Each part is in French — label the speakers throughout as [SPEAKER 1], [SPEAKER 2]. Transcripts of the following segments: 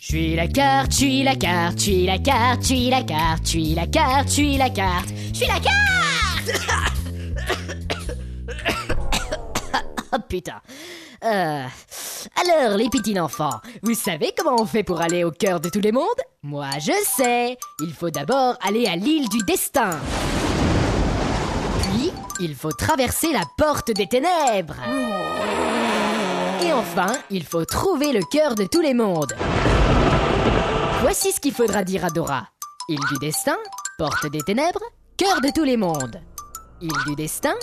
[SPEAKER 1] suis la carte, je suis la carte, je suis la carte, je suis la carte, je suis la carte, je suis la carte, je suis la carte Oh putain. Euh, Alors, les petits enfants, vous savez comment on fait pour aller au cœur de tous les mondes Moi, je sais. Il faut d'abord aller à l'île du destin. Puis, il faut traverser la porte des ténèbres. Et enfin, il faut trouver le cœur de tous les mondes. Voici ce qu'il faudra dire à Dora. Île du destin, porte des ténèbres, cœur de tous les mondes. Île du destin,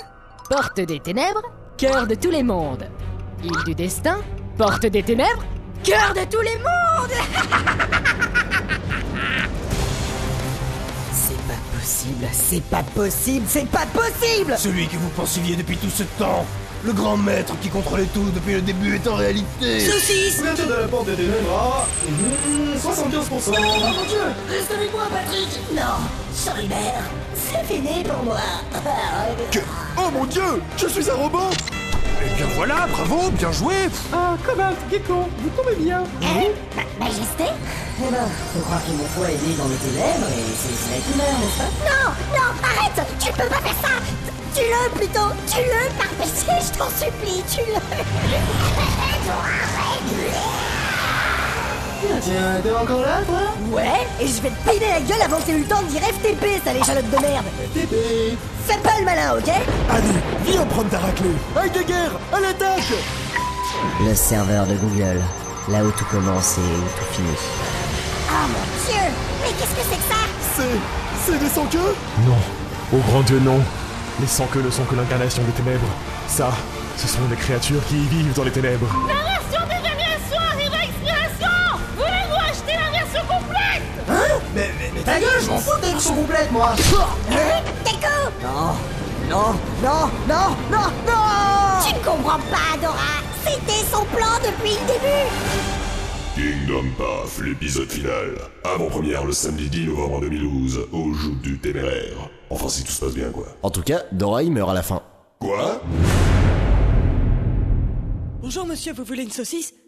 [SPEAKER 1] porte des ténèbres, cœur de tous les mondes. Île du destin, porte des ténèbres, cœur de tous les mondes
[SPEAKER 2] C'est pas possible, c'est pas possible, c'est pas possible
[SPEAKER 3] Celui que vous pensiez depuis tout ce temps Le grand maître qui contrôlait tout depuis le début est en réalité
[SPEAKER 2] Saucisse
[SPEAKER 4] Ouverture de la porte des ténèbres
[SPEAKER 3] Mm,
[SPEAKER 4] à 75%. Ah mon dieu
[SPEAKER 5] Reste avec moi, Patrick Non, Charibert, c'est fini pour moi.
[SPEAKER 3] Que- Oh mon dieu Je suis un robot Eh bien voilà, bravo, bien joué
[SPEAKER 4] Ah, Cobalt, Gecko, vous tombez bien
[SPEAKER 5] Hein Ma Majesté
[SPEAKER 2] Eh ben, faut croire que mon foie est né dans les ténèbres et c'est cela qui meurt, n'est-ce pas
[SPEAKER 5] Non, non, arrête Tu peux pas faire ça Tue-le plutôt Tue-le par pitié, je t'en supplie, tue-le
[SPEAKER 4] Ah, Tiens, t'es encore là, toi
[SPEAKER 2] Ouais, et je vais te piler la gueule avant que t'aies eu le temps d'y rêve TP, sale échalote de merde
[SPEAKER 4] Tépé
[SPEAKER 2] Fais pas le malin, ok
[SPEAKER 3] Allez, viens prendre ta raclée
[SPEAKER 2] Le serveur de Google, là où tout commence et où tout finit.
[SPEAKER 5] Oh mon Dieu Mais qu'est-ce que c'est que ça
[SPEAKER 3] C'est... c'est des sans-queues
[SPEAKER 6] Non, oh grand Dieu, non. Les sans que ne sont que l'incarnation des ténèbres. Ça, ce sont des créatures qui y vivent dans les ténèbres.
[SPEAKER 4] Mais, mais, mais ta gueule, je m'en fous des versions complètes, moi
[SPEAKER 5] Euh, Déco
[SPEAKER 2] Non, non, non, non, non,
[SPEAKER 4] Ah.
[SPEAKER 2] non
[SPEAKER 5] Tu ne comprends pas, Dora C'était son plan depuis le début
[SPEAKER 7] Kingdom Path, l'épisode final. Avant-première le samedi 10 novembre 2012, au jour du téméraire. Enfin, si tout se passe bien, quoi.
[SPEAKER 8] En tout cas, Dora il meurt à la fin.
[SPEAKER 7] Quoi
[SPEAKER 9] Bonjour monsieur, vous voulez une saucisse